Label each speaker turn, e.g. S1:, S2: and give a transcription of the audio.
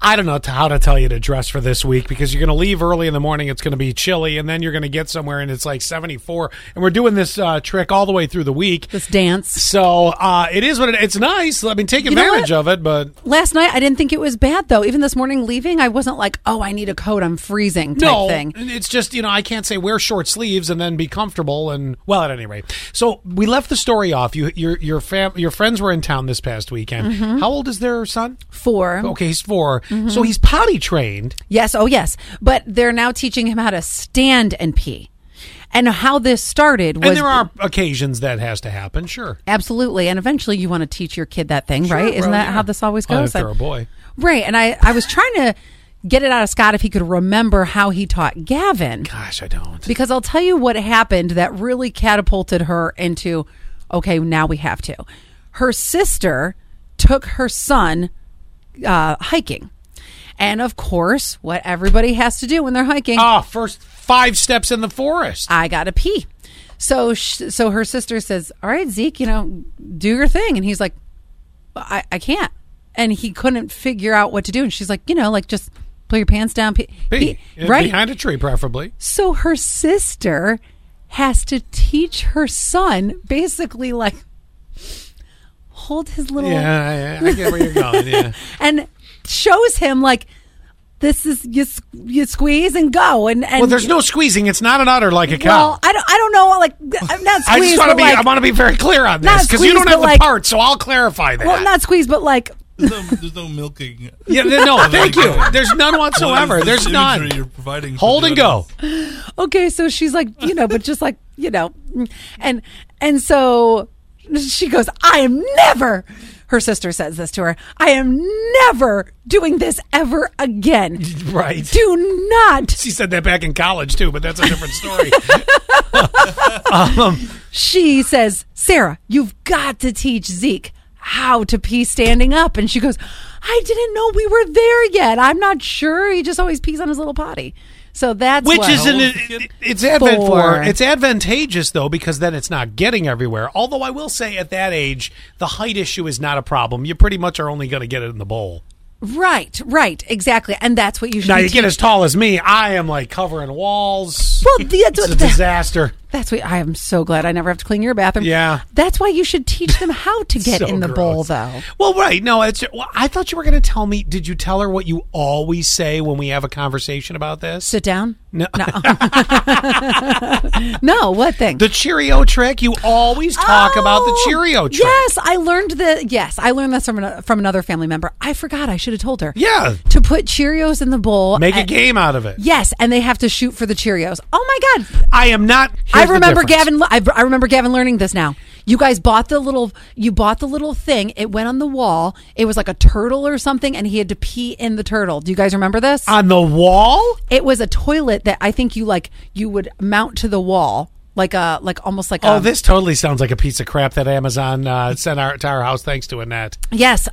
S1: I don't know t- how to tell you to dress for this week because you're going to leave early in the morning. It's going to be chilly, and then you're going to get somewhere and it's like 74. And we're doing this uh, trick all the way through the week.
S2: This dance.
S1: So uh, it is what it, it's nice. I mean, take
S2: know
S1: advantage
S2: what?
S1: of it, but
S2: Last night, I didn't think it was bad though. Even this morning, leaving, I wasn't like, "Oh, I need a coat. I'm freezing." Type
S1: no,
S2: thing.
S1: it's just you know I can't say wear short sleeves and then be comfortable and well at any rate. So we left the story off. You your your fam your friends were in town this past weekend.
S2: Mm-hmm.
S1: How old is their son?
S2: Four.
S1: Okay, he's 4
S2: Mm-hmm.
S1: So he's potty trained.
S2: Yes, oh yes. But they're now teaching him how to stand and pee. And how this started was
S1: And there are occasions that has to happen. Sure,
S2: absolutely and eventually you want to teach your kid that thing,
S1: Sure,
S2: right? Isn't
S1: well,
S2: that
S1: yeah.
S2: how this always
S1: Well,
S2: goes?
S1: Uh, if they're a boy.
S2: Right. And I, I was trying to get it out of Scott if he could remember how he taught Gavin.
S1: Gosh, I don't.
S2: Because I'll tell you what happened that really catapulted her into okay, now we have to. Her sister took her son uh, hiking. And of course, what everybody has to do when they're hiking
S1: Ah, first five steps in the forest.
S2: I got to pee. So, sh- so her sister says, "All right, Zeke, you know, do your thing." And he's like, "I, I can't." And he couldn't figure out what to do. And she's like, "You know, like just pull your pants down, pee,
S1: Be- uh,
S2: He- right?"
S1: behind a tree, preferably.
S2: so her sister has to teach her son basically like hold his little
S1: Yeah, I, I get where you're going. Yeah.
S2: and shows him like this is you, s- you squeeze and go and and
S1: Well, there's no squeezing. It's not an udder like a cow.
S2: well, I don't I don't know like I'm not
S1: I just
S2: squeeze,
S1: want to
S2: but,
S1: be.
S2: like,
S1: I want to be very clear on
S2: Not
S1: this because you
S2: squeeze,
S1: don't have
S2: but
S1: the
S2: like-
S1: part, so I'll clarify that.
S2: Well, not squeeze, but like
S3: There's no, there's no milking.
S1: yeah, th- no, thank you.
S3: What is
S1: There's none whatsoever.
S3: this
S1: There's
S3: imagery You're
S1: none.
S3: providing for
S1: Hold
S3: the
S1: and go.
S2: okay, so she's like, you know, but just like, you know, and and so she goes, I am never. Her sister says this to her. I am never doing this ever again.
S1: Right.
S2: Do not.
S1: She said that back in college too, but that's a different story.
S2: She says, Sarah, you've got to teach Zeke how to pee standing up. And she goes, I didn't know we were there yet. I'm not sure. He just always pees on his little potty. So that's
S1: Which
S2: what-
S1: isn't it, it's advent for
S2: Four.
S1: it's advantageous though because then it's not getting everywhere. Although I will say at that age, the height issue is not a problem. You pretty much are only going to get it in the bowl.
S2: right, right, exactly, and that's what you should.
S1: Now
S2: be
S1: you get as tall as me, I am like covering walls.
S2: Well, the-
S1: it's a disaster.
S2: That's why I am so glad I never have to clean your bathroom.
S1: Yeah.
S2: That's why you should teach them how to get
S1: So
S2: in the bowl,
S1: gross.
S2: though.
S1: Well, right. No, it's. Well, I thought you were going to tell me. Did you tell her what you always say when we have a conversation about this?
S2: Sit down.
S1: No.
S2: No, what thing?
S1: The Cheerio trick. You always talk about the
S2: Oh,
S1: Cheerio trick.
S2: Yes, I learned the. Yes, I learned this from an, from another family member. I forgot. I should have told her.
S1: Yeah.
S2: To put Cheerios in the bowl.
S1: Make a
S2: and-
S1: game out of it.
S2: Yes, and they have to shoot for the Cheerios. Oh my God!
S1: I am not.
S2: I
S1: here's the
S2: remember
S1: difference.
S2: Gavin. I, I remember Gavin learning this now. You guys bought the little. You bought the little thing. It went on the wall. It was like a turtle or something, and he had to pee in the turtle. Do you guys remember this?
S1: on the wall.
S2: it was a toilet that I think you like. You would mount to the wall, like a like almost like
S1: Oh,
S2: a
S1: this totally sounds like a piece of crap that Amazon uh, sent our, to our house. Thanks to Annette.
S2: yes.